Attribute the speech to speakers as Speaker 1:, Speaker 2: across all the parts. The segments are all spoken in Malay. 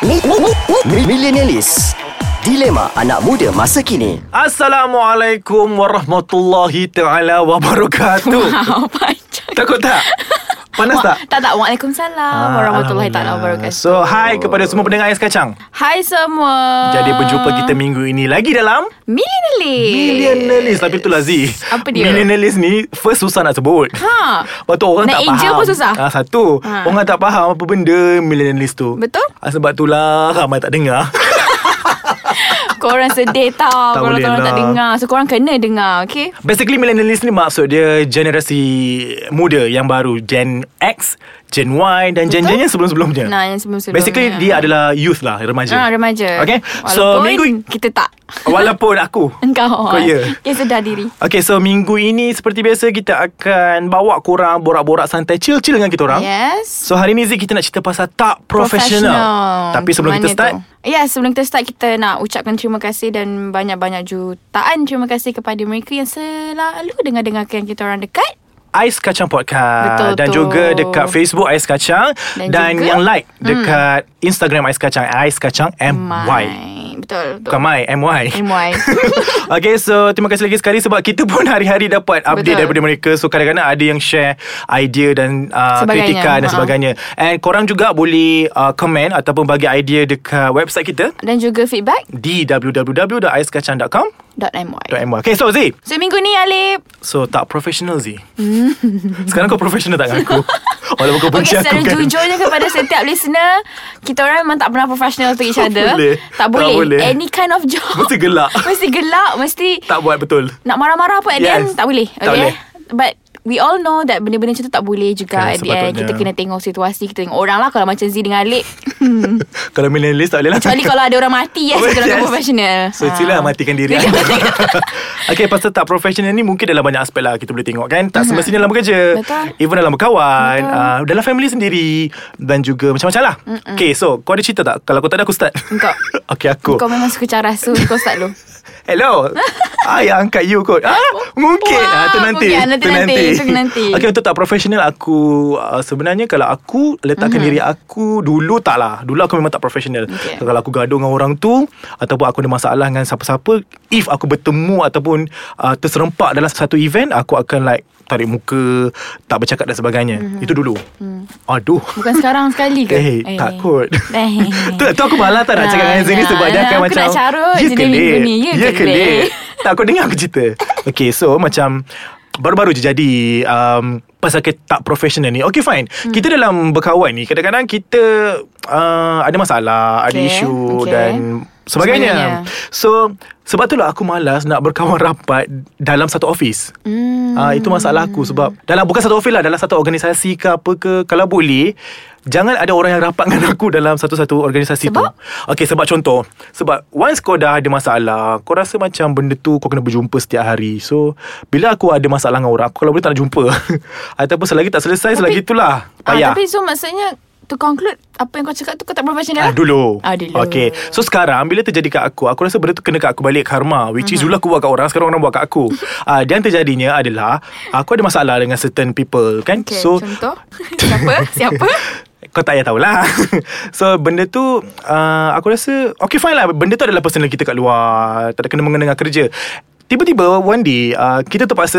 Speaker 1: Mi- mi- mi- mi- Millenialis Dilema anak muda masa kini
Speaker 2: Assalamualaikum warahmatullahi taala wabarakatuh.
Speaker 3: Wow, panjang.
Speaker 2: Takut tak? Panas tak? Ah,
Speaker 3: Tak tak. Waalaikumsalam warahmatullahi taala
Speaker 2: Alhamdulillah.
Speaker 3: wabarakatuh.
Speaker 2: So, hai kepada semua pendengar Ais Kacang.
Speaker 3: Hai semua.
Speaker 2: Jadi berjumpa kita minggu ini lagi dalam
Speaker 3: Millenialis.
Speaker 2: Millionaires Tapi itulah Z
Speaker 3: Apa dia?
Speaker 2: Millionaires ni First susah nak sebut
Speaker 3: Ha.
Speaker 2: Lepas tu orang
Speaker 3: Nak
Speaker 2: tak
Speaker 3: eja
Speaker 2: faham
Speaker 3: pun susah.
Speaker 2: ha, Satu ha.
Speaker 3: Ha.
Speaker 2: Orang tak faham apa benda Millionaires tu
Speaker 3: Betul.
Speaker 2: ha, Sebab itulah Ramai tak dengar
Speaker 3: Korang sedih tau.
Speaker 2: Tak
Speaker 3: korang
Speaker 2: boleh
Speaker 3: korang
Speaker 2: lah.
Speaker 3: tak dengar. So korang kena dengar, okay?
Speaker 2: Basically millennials ni maksud dia generasi muda yang baru Gen X, Gen Y dan Gen
Speaker 3: Betul.
Speaker 2: Gen yang sebelum-sebelumnya.
Speaker 3: Nah, yang sebelum-sebelumnya.
Speaker 2: Ya. Basically dia adalah youth lah, remaja.
Speaker 3: Ha, remaja.
Speaker 2: Okay.
Speaker 3: Walaupun
Speaker 2: So minggu
Speaker 3: kita tak.
Speaker 2: walaupun aku.
Speaker 3: Engkau.
Speaker 2: Kau ya.
Speaker 3: Dia sedar diri.
Speaker 2: Okay, so minggu ini seperti biasa kita akan bawa korang borak-borak santai chill-chill dengan kita orang.
Speaker 3: Yes.
Speaker 2: So hari ni Zik kita nak cerita pasal tak profesional. Tapi sebelum
Speaker 3: Mana
Speaker 2: kita start,
Speaker 3: tu? Ya, sebelum kita start kita nak ucapkan terima kasih dan banyak-banyak jutaan terima kasih kepada mereka yang selalu dengar-dengarkan kita orang dekat
Speaker 2: Ais Kacang Podcast
Speaker 3: Betul
Speaker 2: dan
Speaker 3: tu.
Speaker 2: juga dekat Facebook Ais Kacang dan,
Speaker 3: Dan
Speaker 2: dan
Speaker 3: juga- Hmm.
Speaker 2: yang like dekat Instagram Ais Kacang Ais Kacang MY.
Speaker 3: My. Betul.
Speaker 2: Bukan my, MY.
Speaker 3: MY.
Speaker 2: okay, so terima kasih lagi sekali sebab kita pun hari-hari dapat update
Speaker 3: Betul.
Speaker 2: daripada mereka. So kadang-kadang ada yang share idea dan uh,
Speaker 3: Sebagainya.
Speaker 2: kritikan dan
Speaker 3: Ha.
Speaker 2: sebagainya. And korang juga boleh uh, komen ataupun bagi idea dekat website kita
Speaker 3: Dan juga feedback
Speaker 2: di www.aiskacang.com.my.
Speaker 3: .my.
Speaker 2: Okay, so Z.
Speaker 3: So minggu ni Alip
Speaker 2: So tak profesional Z. Sekarang kau profesional tak dengan aku? Walaupun kau benci
Speaker 3: Okay
Speaker 2: aku
Speaker 3: secara
Speaker 2: kan.
Speaker 3: jujurnya kepada setiap listener Kita orang memang tak pernah professional to each other
Speaker 2: boleh. Tak
Speaker 3: Tak boleh,
Speaker 2: boleh.
Speaker 3: Any kind of job
Speaker 2: Mesti gelak.
Speaker 3: Mesti gelak Mesti
Speaker 2: Tak buat betul.
Speaker 3: Nak marah-marah pun at the
Speaker 2: Yes.
Speaker 3: end Tak boleh
Speaker 2: Tak boleh.
Speaker 3: But We all know that benda-benda macam tu tak boleh juga
Speaker 2: Kan,
Speaker 3: at the end.
Speaker 2: sepatutnya.
Speaker 3: Kita kena tengok situasi, kita tengok orang lah kalau macam Z dengan Alip.
Speaker 2: Kalau millennialist tak boleh lah.
Speaker 3: Kecuali kalau ada orang mati, yes,
Speaker 2: Oh,
Speaker 3: kita
Speaker 2: yes.
Speaker 3: orang professional. Ah.
Speaker 2: So itulah matikan diri anda. okay pasal tak profesional ni Mungkin dalam banyak aspek lah Kita boleh tengok kan Tak semestinya dalam kerja
Speaker 3: Mhm. Betul.
Speaker 2: Even dalam berkawan uh, Dalam family sendiri Dan juga macam-macam lah Mm-mm. Okay so Kau ada cerita tak? Kalau kau tak ada aku start
Speaker 3: Engkau.
Speaker 2: Okay aku
Speaker 3: Kau memang suka cara So kau start dulu
Speaker 2: Hello Ah, yang angkat you kot ah, Mungkin ah,
Speaker 3: Wah,
Speaker 2: tu nanti
Speaker 3: mungkin. Nanti,
Speaker 2: Tu
Speaker 3: nanti. Tu nanti.
Speaker 2: Okay untuk tak profesional Aku uh, Sebenarnya kalau aku Letakkan mm-hmm. diri aku Dulu tak lah Dulu aku memang tak profesional okay.
Speaker 3: Mhm. Okay.
Speaker 2: Kalau aku gaduh dengan orang tu Ataupun aku ada masalah Dengan siapa-siapa If aku bertemu Ataupun uh, Terserempak dalam satu event Aku akan like Tarik muka Tak bercakap dan sebagainya
Speaker 3: Mhm.
Speaker 2: mm-hmm. Itu dulu mm. Aduh
Speaker 3: Bukan sekarang sekali ke?
Speaker 2: Eh, takut.
Speaker 3: Mhm. Eh.
Speaker 2: tu, tu aku malah tak nak
Speaker 3: Ah,
Speaker 2: cakap dengan Zaini
Speaker 3: nah,
Speaker 2: sebab dia
Speaker 3: nah,
Speaker 2: akan
Speaker 3: aku
Speaker 2: macam
Speaker 3: nak carut
Speaker 2: "Ya
Speaker 3: jadi minggu ni, ya
Speaker 2: Ya
Speaker 3: kelik."
Speaker 2: kelik Tak kau dengar aku cerita Okay so macam Baru-baru je jadi um, Pasal kita tak professional ni Okay fine hmm. Kita dalam berkawan ni Kadang-kadang kita uh, Ada masalah Ada
Speaker 3: Okay,
Speaker 2: isu
Speaker 3: okay.
Speaker 2: Dan sebagainya.
Speaker 3: Sebagainya.
Speaker 2: So Sebab itulah aku malas Nak berkawan rapat Dalam satu office
Speaker 3: Hmm.
Speaker 2: Ah itu masalah aku sebab dalam bukan satu office lah dalam satu organisasi ke apa ke kalau boleh jangan ada orang yang rapat dengan aku dalam satu-satu organisasi
Speaker 3: Sebab?
Speaker 2: tu. Okey sebab contoh sebab once kau dah ada masalah kau rasa macam benda tu kau kena berjumpa setiap hari. So bila aku ada masalah dengan orang aku kalau boleh tak nak jumpa. Ataupun selagi tak selesai tapi,
Speaker 3: Tapi-
Speaker 2: selagi itulah
Speaker 3: Ah,
Speaker 2: payah.
Speaker 3: tapi so maksudnya To conclude Apa yang kau cakap tu Kau tak professional
Speaker 2: Ah,
Speaker 3: lah
Speaker 2: dulu.
Speaker 3: Ah, dulu.
Speaker 2: Okay. So sekarang bila terjadi kat aku, aku rasa benda tu kena kat aku balik karma. Which
Speaker 3: Mm-hmm.
Speaker 2: is dulu aku buat kat orang, sekarang orang buat kat aku. Ah, dan terjadinya adalah aku ada masalah dengan certain people kan.
Speaker 3: okay,
Speaker 2: so
Speaker 3: Contoh Siapa Siapa
Speaker 2: kau tak payah tahulah So benda tu uh, Aku rasa Okay fine lah Benda tu adalah personal kita kat luar Tak ada kena-mengena dengan kerja Tiba-tiba one day uh, Kita terpaksa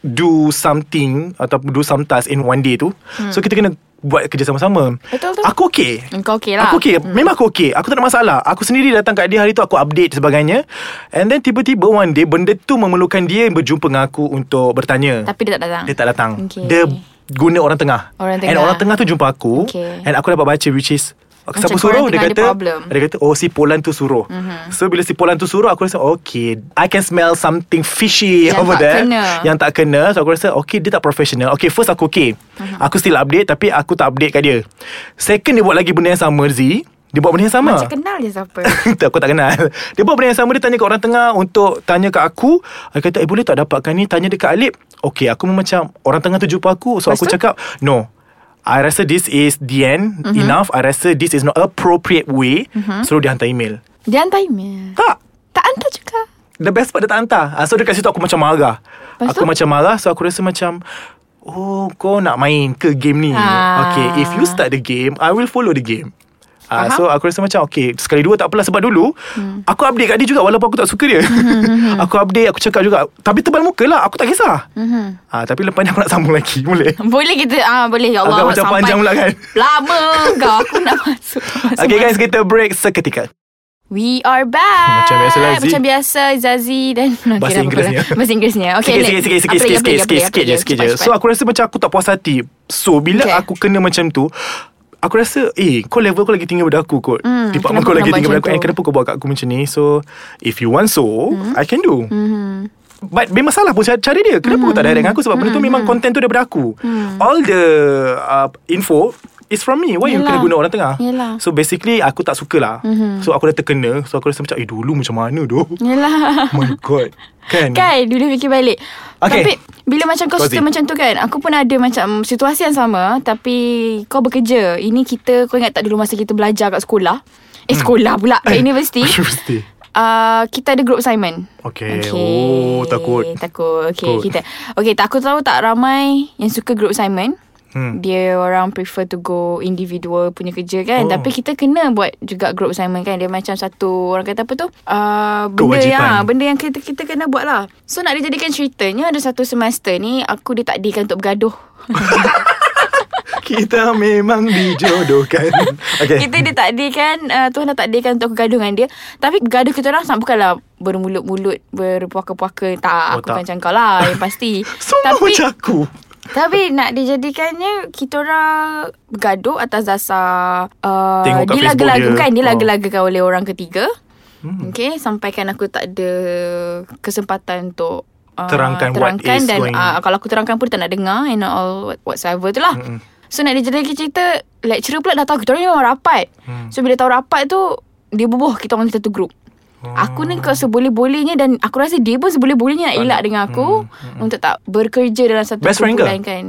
Speaker 2: Do something Ataupun do some task In one day tu hmm. So kita kena Buat kerja sama-sama
Speaker 3: Betul tu.
Speaker 2: Aku okay
Speaker 3: Kau okay lah.
Speaker 2: Aku okay hmm. Memang aku okay Aku tak ada masalah Aku sendiri datang kat dia Hari tu aku update sebagainya And then tiba-tiba one day Benda tu memerlukan dia Berjumpa dengan aku Untuk bertanya
Speaker 3: Tapi dia tak datang
Speaker 2: dia tak datang okay.
Speaker 3: Okay.
Speaker 2: Dia guna orang tengah
Speaker 3: Orang
Speaker 2: And
Speaker 3: tengah.
Speaker 2: orang tengah tu jumpa aku
Speaker 3: Okay.
Speaker 2: And aku dapat baca which is
Speaker 3: Macam
Speaker 2: Siapa suruh
Speaker 3: korang
Speaker 2: dia
Speaker 3: tengah ada
Speaker 2: kata
Speaker 3: problem. Mhm.
Speaker 2: Dia kata oh si Polan tu suruh mm-hmm. So bila si Polan tu suruh Aku rasa okay I can smell something fishy
Speaker 3: Yang
Speaker 2: over
Speaker 3: tak
Speaker 2: there
Speaker 3: kena.
Speaker 2: Yang tak kena So aku rasa okay dia tak professional Okay first aku okay
Speaker 3: Mhm.
Speaker 2: mm-hmm. Aku still update Tapi aku tak update kat dia Second dia buat lagi benda yang sama Z Dia buat benda yang sama
Speaker 3: Macam kenal je siapa
Speaker 2: tak, aku tak kenal Dia buat benda yang sama Dia tanya kat orang tengah Untuk tanya kat aku Dia kata eh boleh tak dapatkan ni Tanya dekat Alip Okay aku memang macam Orang tengah tu jumpa aku So
Speaker 3: Lepas
Speaker 2: aku
Speaker 3: tu?
Speaker 2: cakap No I rasa this is the end
Speaker 3: Mhm.
Speaker 2: mm-hmm. Enough I rasa this is not appropriate way mm-hmm. Suruh dia hantar email
Speaker 3: Dia hantar email
Speaker 2: Tak
Speaker 3: Mhm. Tak hantar juga
Speaker 2: The best part dia tak hantar Ah, So dekat situ aku macam marah
Speaker 3: Lepas
Speaker 2: Aku
Speaker 3: tu?
Speaker 2: macam marah So aku rasa macam Oh kau nak main ke game ni
Speaker 3: Ah.
Speaker 2: Okay if you start the game I will follow the game Uh,
Speaker 3: Faham.
Speaker 2: so aku rasa macam okay sekali dua tak apalah sebab dulu hmm. aku update kat dia juga walaupun aku tak suka dia.
Speaker 3: Hmm.
Speaker 2: aku update aku cakap juga tapi tebal muka lah aku tak kisah. Hmm. Uh, tapi lepas ni aku nak sambung lagi boleh.
Speaker 3: Boleh kita ah boleh ya Allah
Speaker 2: Agak macam panjang pula kan?
Speaker 3: Lama kau aku nak masuk. masuk
Speaker 2: Okay guys kita break seketika.
Speaker 3: We are back.
Speaker 2: Macam biasa lah, Zee.
Speaker 3: Macam biasa Zazi dan
Speaker 2: Bahasa
Speaker 3: Kira apa
Speaker 2: Inggerisnya.
Speaker 3: pula. Bahasa Inggerisnya. Okay,
Speaker 2: sikit, sikit, sikit, sikit, sikit, sikit, sikit, sikit, je, sikit je. So aku rasa macam aku tak puas hati. So bila
Speaker 3: Okay.
Speaker 2: okay. aku kena macam tu, aku rasa eh kau level kau lagi tinggi daripada aku kot.
Speaker 3: Hmm,
Speaker 2: Mm, Department
Speaker 3: kenapa
Speaker 2: kau
Speaker 3: kau
Speaker 2: lagi
Speaker 3: nak
Speaker 2: tinggi
Speaker 3: buat
Speaker 2: daripada aku.
Speaker 3: macam
Speaker 2: And
Speaker 3: tu? Hmm.
Speaker 2: kenapa kau buat kat aku macam ni? So if you want so, I can do. But memang salah pun cara cara dia Kenapa
Speaker 3: Hmm.
Speaker 2: kau tak direct dengan aku Sebab benda tu memang Content tu daripada aku All the uh, Info Is from me Why you
Speaker 3: Yelah.
Speaker 2: kena guna orang tengah
Speaker 3: Yelah. Hmm.
Speaker 2: So basically Aku tak suka lah So aku dah terkena So aku rasa macam Eh dulu macam mana doh
Speaker 3: Yalah.
Speaker 2: Oh my god Kan
Speaker 3: Kan Dulu fikir balik
Speaker 2: Okay.
Speaker 3: Tapi Bila macam kau
Speaker 2: Kau
Speaker 3: suka
Speaker 2: Zee.
Speaker 3: macam tu kan Aku pun ada macam Situasi yang sama Tapi Kau bekerja Ini kita Kau ingat tak dulu Masa kita belajar kat sekolah Eh
Speaker 2: Hmm.
Speaker 3: sekolah pula Kat universiti
Speaker 2: Universiti
Speaker 3: uh, Kita ada group assignment
Speaker 2: Okay. Oh, takut.
Speaker 3: Takut Okay
Speaker 2: Takut.
Speaker 3: kita Okay tak aku tahu tak ramai Yang suka group assignment
Speaker 2: Hmm.
Speaker 3: Dia orang prefer to go individual punya kerja kan
Speaker 2: Oh.
Speaker 3: Tapi kita kena buat juga group assignment kan Dia macam satu orang kata apa tu uh, Benda
Speaker 2: Kewajipan.
Speaker 3: yang Benda yang kita, kita kena buat lah So nak dijadikan ceritanya Ada satu semester ni Aku ditakdirkan untuk bergaduh
Speaker 2: Kita memang dijodohkan Okay
Speaker 3: Kita ditakdirkan uh, Tuhan dah takdirkan untuk bergaduh dengan dia Tapi bergaduh kita orang sangat Bukanlah bermulut-mulut Berpuaka-puaka Tak
Speaker 2: Oh,
Speaker 3: Aku
Speaker 2: tak.
Speaker 3: bukan macam kau lah Yang pasti
Speaker 2: Semua
Speaker 3: Tapi
Speaker 2: macam aku
Speaker 3: Tapi nak dijadikannya kita orang bergaduh atas dasar uh,
Speaker 2: Tengok kat Facebook
Speaker 3: dilaga-lagakan,
Speaker 2: dia. Oh.
Speaker 3: dilaga-lagakan oleh orang ketiga.
Speaker 2: Hmm.
Speaker 3: Hmm. Okay, sampaikan aku tak ada kesempatan untuk uh,
Speaker 2: Terangkan what is
Speaker 3: dan
Speaker 2: going-
Speaker 3: uh, kalau aku terangkan pun dia tak nak dengar and all what- whatsoever tu lah.
Speaker 2: Mm-mm.
Speaker 3: So nak dijadikan cerita lecturer pula dah tahu kita orang memang rapat.
Speaker 2: Hmm.
Speaker 3: So bila tahu rapat tu dia bubuh kita orang satu group.
Speaker 2: Oh.
Speaker 3: Aku ni kau seboleh-bolehnya dan aku rasa dia pun seboleh-bolehnya nak elak dengan aku hmm, untuk tak bekerja dalam satu
Speaker 2: Best friend ke?
Speaker 3: kumpulan kan.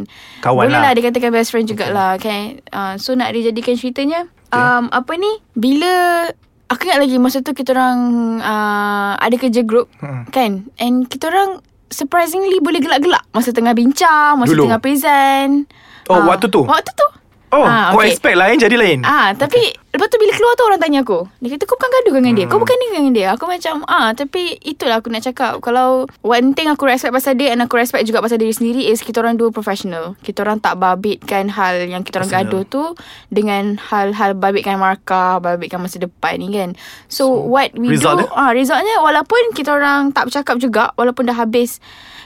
Speaker 2: Kawan
Speaker 3: Boleh
Speaker 2: lah.
Speaker 3: lah. dikatakan best friend jugalah kan. Uh, so nak dijadikan ceritanya um, apa ni bila aku ingat lagi masa tu kita orang uh, ada kerja group
Speaker 2: Mm-mm.
Speaker 3: kan and kita orang surprisingly boleh gelak-gelak masa tengah bincang, masa
Speaker 2: Dulu.
Speaker 3: tengah present.
Speaker 2: Oh,
Speaker 3: Ah,
Speaker 2: waktu tu?
Speaker 3: Waktu tu.
Speaker 2: Oh
Speaker 3: Ah,
Speaker 2: Kau
Speaker 3: okay.
Speaker 2: expect lain Jadi lain
Speaker 3: Ah, tapi okay. lepas tu bila keluar tu orang tanya aku. Dia kata kau bukan gaduh dengan dia. Kau
Speaker 2: Hmm.
Speaker 3: bukan ni dengan dia. Aku macam ah, tapi itulah aku nak cakap. Kalau one thing aku respect pasal dia and aku respect juga pasal diri sendiri is kita orang dua professional. Kita orang tak babitkan hal yang kita orang
Speaker 2: Personal.
Speaker 3: gaduh tu dengan hal-hal babitkan markah, babitkan masa depan ni kan. So, what we
Speaker 2: result
Speaker 3: do
Speaker 2: dia?
Speaker 3: ah resultnya walaupun kita orang tak bercakap juga walaupun dah habis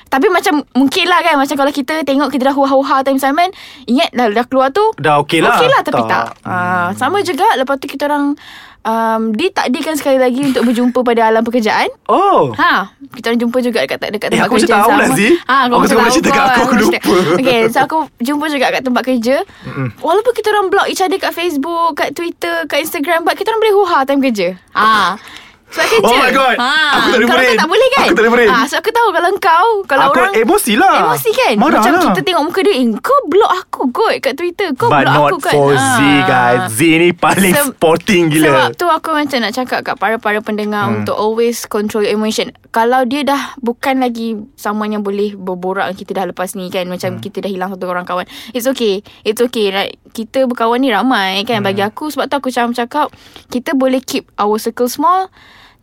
Speaker 3: tapi macam mungkin lah kan Macam kalau kita tengok Kita dah huha-huha time Simon Ingat lah dah, dah keluar tu
Speaker 2: Dah okey lah.
Speaker 3: Okey lah tapi tak,
Speaker 2: Tak.
Speaker 3: tak. Ah, Sama juga Lepas tu kita orang um, Ditakdirkan sekali lagi Untuk berjumpa pada alam pekerjaan
Speaker 2: Oh
Speaker 3: Ha, kita orang jumpa juga dekat dekat
Speaker 2: Eh,
Speaker 3: tempat
Speaker 2: aku
Speaker 3: kerja
Speaker 2: macam tahu
Speaker 3: yang
Speaker 2: lah,
Speaker 3: sama.
Speaker 2: Zee. Aku
Speaker 3: macam
Speaker 2: suka
Speaker 3: tahu
Speaker 2: bercerita
Speaker 3: kau,
Speaker 2: kat aku, aku
Speaker 3: macam
Speaker 2: lupa.
Speaker 3: tak- Okay, so aku jumpa juga kat tempat kerja. Mm-mm. Walaupun kita orang block each other kat Facebook, kat Twitter, kat Instagram, but kita orang boleh huha time kerja. Ha. Sebab kerja.
Speaker 2: Oh
Speaker 3: Ha.
Speaker 2: my God. Aku tak boleh
Speaker 3: Kalau kau
Speaker 2: brain.
Speaker 3: tak boleh kan?
Speaker 2: Aku tak boleh brain.
Speaker 3: Ha, so aku tahu kalau kau, kalau
Speaker 2: Aku
Speaker 3: orang
Speaker 2: emosi lah.
Speaker 3: Emosi kan?
Speaker 2: Marah
Speaker 3: Macam
Speaker 2: lah.
Speaker 3: kita tengok muka dia, eh, kau block aku kot kat Twitter. Kau
Speaker 2: But
Speaker 3: block
Speaker 2: not
Speaker 3: aku kot.
Speaker 2: for
Speaker 3: Ha.
Speaker 2: Z guys Z ni paling
Speaker 3: Seb-
Speaker 2: sporting
Speaker 3: Sebab
Speaker 2: gila
Speaker 3: tu aku macam nak cakap kat para-para pendengar hmm. untuk always control your emotion. Kalau dia dah bukan lagi someone yang boleh berborak dengan kita dah lepas ni kan. Macam hmm. kita dah hilang satu orang kawan. It's okay. It's okay. Right? Kita berkawan ni ramai kan. Hmm. Bagi aku sebab tu aku macam cakap kita boleh keep our circle small.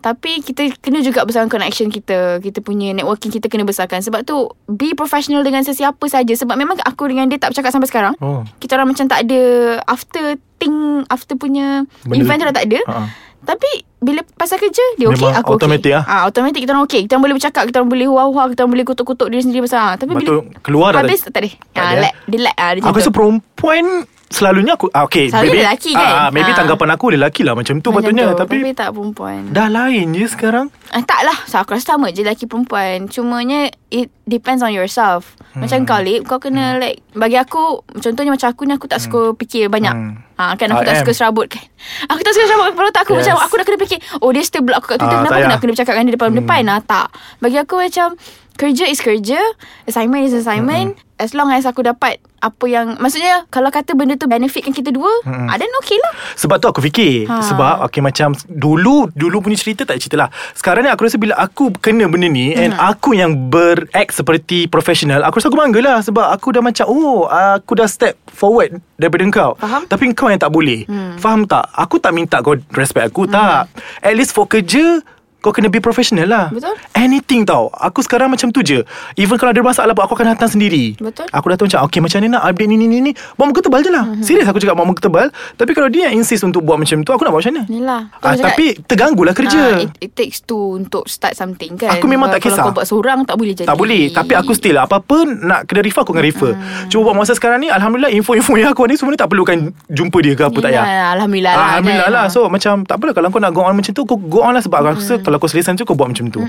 Speaker 3: Tapi kita kena juga besarkan connection kita. Kita punya networking kita kena besarkan. Sebab tu be professional dengan sesiapa saja. Sebab memang aku dengan dia tak bercakap sampai sekarang
Speaker 2: Oh
Speaker 3: kita orang macam tak ada after thing after punya
Speaker 2: Benda-
Speaker 3: event tu dah tak ada.
Speaker 2: Ha-ha.
Speaker 3: Tapi bila pasal kerja dia okey
Speaker 2: Memang
Speaker 3: aku okey.
Speaker 2: automatic lah.
Speaker 3: Ah ha, automatik kita orang okey. Kita orang boleh bercakap, kita orang boleh huah-huah, kita orang boleh kutuk-kutuk diri sendiri pasal. Ha, tapi
Speaker 2: Lepas
Speaker 3: bila
Speaker 2: tu keluar dah
Speaker 3: habis tak, tak ada.
Speaker 2: Tak
Speaker 3: Ha,
Speaker 2: ada, eh?
Speaker 3: lag, dia lag ah dia
Speaker 2: Aku
Speaker 3: macam
Speaker 2: rasa
Speaker 3: tu.
Speaker 2: perempuan Selalunya aku ah, Okay
Speaker 3: Selalunya lelaki kan?
Speaker 2: ah, ah, Maybe
Speaker 3: Ah.
Speaker 2: tanggapan aku Lelaki lah macam tu
Speaker 3: Macam
Speaker 2: patutnya
Speaker 3: tu.
Speaker 2: Tapi
Speaker 3: tapi tak perempuan.
Speaker 2: Dah lain je sekarang
Speaker 3: Ah, tak lah so, Aku rasa sama je lelaki perempuan Cumanya It depends on yourself hmm. Macam kau Lip Kau kena hmm. like Bagi aku Contohnya macam aku ni Aku tak suka hmm. fikir banyak
Speaker 2: Hmm.
Speaker 3: hmm. ha, Kan aku tak
Speaker 2: RM.
Speaker 3: suka serabut kan Aku tak suka serabut Kepala otak aku yes. Macam
Speaker 2: Yes.
Speaker 3: aku dah kena fikir Oh dia still block aku kat Twitter
Speaker 2: Ah,
Speaker 3: Kenapa
Speaker 2: tak
Speaker 3: aku nak
Speaker 2: payah.
Speaker 3: kena bercakap dengan dia depan-depan hmm. ha, Tak Bagi aku macam kerja is kerja, assignment is assignment. Mm-hmm. As long as aku dapat apa yang maksudnya kalau kata benda tu benefitkan kita dua, mm-hmm. ah, then okay lah.
Speaker 2: Sebab tu aku fikir ha.
Speaker 3: Ha.
Speaker 2: Sebab okay, macam Dulu Dulu punya cerita tak ada cerita lah Sekarang ni aku rasa Bila aku kena benda ni
Speaker 3: Hmm.
Speaker 2: And aku yang Beract seperti Profesional Aku rasa aku bangga lah Sebab aku dah macam Oh aku dah step forward Daripada kau
Speaker 3: Faham. Hmm.
Speaker 2: Tapi kau yang tak boleh Faham tak Aku tak minta kau Respect aku Tak At least for kerja kau kena be professional lah
Speaker 3: Betul.
Speaker 2: Anything tau Aku sekarang macam tu je Even kalau ada masalah pun Aku akan datang sendiri
Speaker 3: Betul. Mhm.
Speaker 2: Aku datang macam Okay macam ni nak update ni ni ni ni Buat muka tebal je lah mm-hmm. Serius aku cakap buat muka tebal Tapi kalau dia yang insist untuk buat macam tu Aku nak buat macam mana
Speaker 3: Yelah.
Speaker 2: ah,
Speaker 3: Kau lah. cakap-
Speaker 2: Tapi terganggu lah kerja
Speaker 3: Ah, it, it takes two untuk start something kan.
Speaker 2: Aku memang tak
Speaker 3: Kalau
Speaker 2: kisah.
Speaker 3: Kalau kau buat seorang tak boleh jadi.
Speaker 2: tak boleh Tapi aku still Apa-apa nak kena refer Aku akan refer
Speaker 3: Ah.
Speaker 2: Cuma buat masa sekarang ni Alhamdulillah info-info yang aku ada ni Semua ni tak perlukan Jumpa dia ke apa tak payah
Speaker 3: Yelah, Alhamdulillah lah,
Speaker 2: Alhamdulillah
Speaker 3: kan?
Speaker 2: lah So macam tak apalah Kalau kau nak go on macam tu Kau go on lah Sebab aku
Speaker 3: Mm.
Speaker 2: rasa Kalau kau selesa macam tu Kau buat macam tu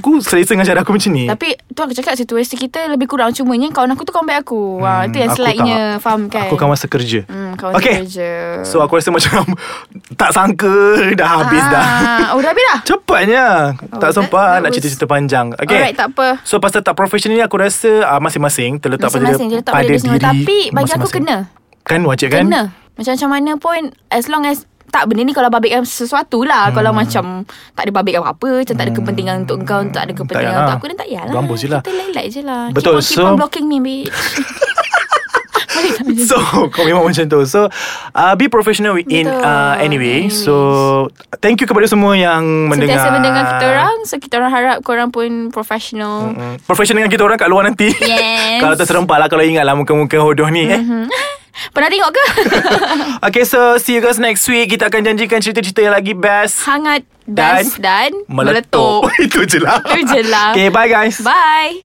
Speaker 2: Aku selesa dengan cara aku macam ni
Speaker 3: Tapi tu aku cakap situasi kita lebih kurang Cuma ni kawan aku tu combat aku hmm, ha, Itu yang
Speaker 2: aku
Speaker 3: slide-nya
Speaker 2: tak.
Speaker 3: Faham kan
Speaker 2: Aku kawan sekerja
Speaker 3: Hmm, kawan
Speaker 2: Okay.
Speaker 3: sekerja.
Speaker 2: So aku rasa macam Tak sangka Dah habis dah
Speaker 3: Ah, Oh dah habis dah
Speaker 2: Cepatnya Tak
Speaker 3: Oh, that-
Speaker 2: sempat
Speaker 3: that
Speaker 2: Nak
Speaker 3: was-
Speaker 2: cerita-cerita panjang
Speaker 3: okay.
Speaker 2: Okay
Speaker 3: Alright tak apa
Speaker 2: So pasal tak profesional ni Aku rasa uh, Masing-masing Terletak pada,
Speaker 3: Masing-masing dia letak pada dia sendiri Tapi bagi aku
Speaker 2: masing-masing.
Speaker 3: kena
Speaker 2: Kan wajib kan
Speaker 3: Kena Macam-macam mana pun As long as tak benda ni kalau babikkan sesuatu lah hmm. Kalau macam tak ada babik apa-apa Macam tak ada kepentingan untuk kau Tak ada
Speaker 2: Hmm.
Speaker 3: kepentingan
Speaker 2: payah
Speaker 3: untuk
Speaker 2: lah.
Speaker 3: aku Dan tak payah lah
Speaker 2: Gambus je lah.
Speaker 3: Kita lain-lain je lah
Speaker 2: Betul,
Speaker 3: keep on,
Speaker 2: so-
Speaker 3: keep on blocking me bitch Boleh tak?
Speaker 2: So kau memang macam tu So uh, Be professional in
Speaker 3: Betul.
Speaker 2: uh, anyway
Speaker 3: Anyways.
Speaker 2: So Thank you kepada semua yang Mendengar
Speaker 3: Sentiasa mendengar kita orang So kita orang harap korang pun professional
Speaker 2: Hmm. Professional dengan kita orang kat luar nanti
Speaker 3: Yes. Mm-hmm.
Speaker 2: Kalau terserempak lah Kalau ingat lah muka-muka hodoh ni eh.
Speaker 3: Pernah tengok ke?
Speaker 2: Okay so See you guys next week Kita akan janjikan cerita-cerita yang lagi best
Speaker 3: Hangat, best dan, Ha, meletup
Speaker 2: Itu je lah
Speaker 3: Itu je lah
Speaker 2: Okay bye guys
Speaker 3: Bye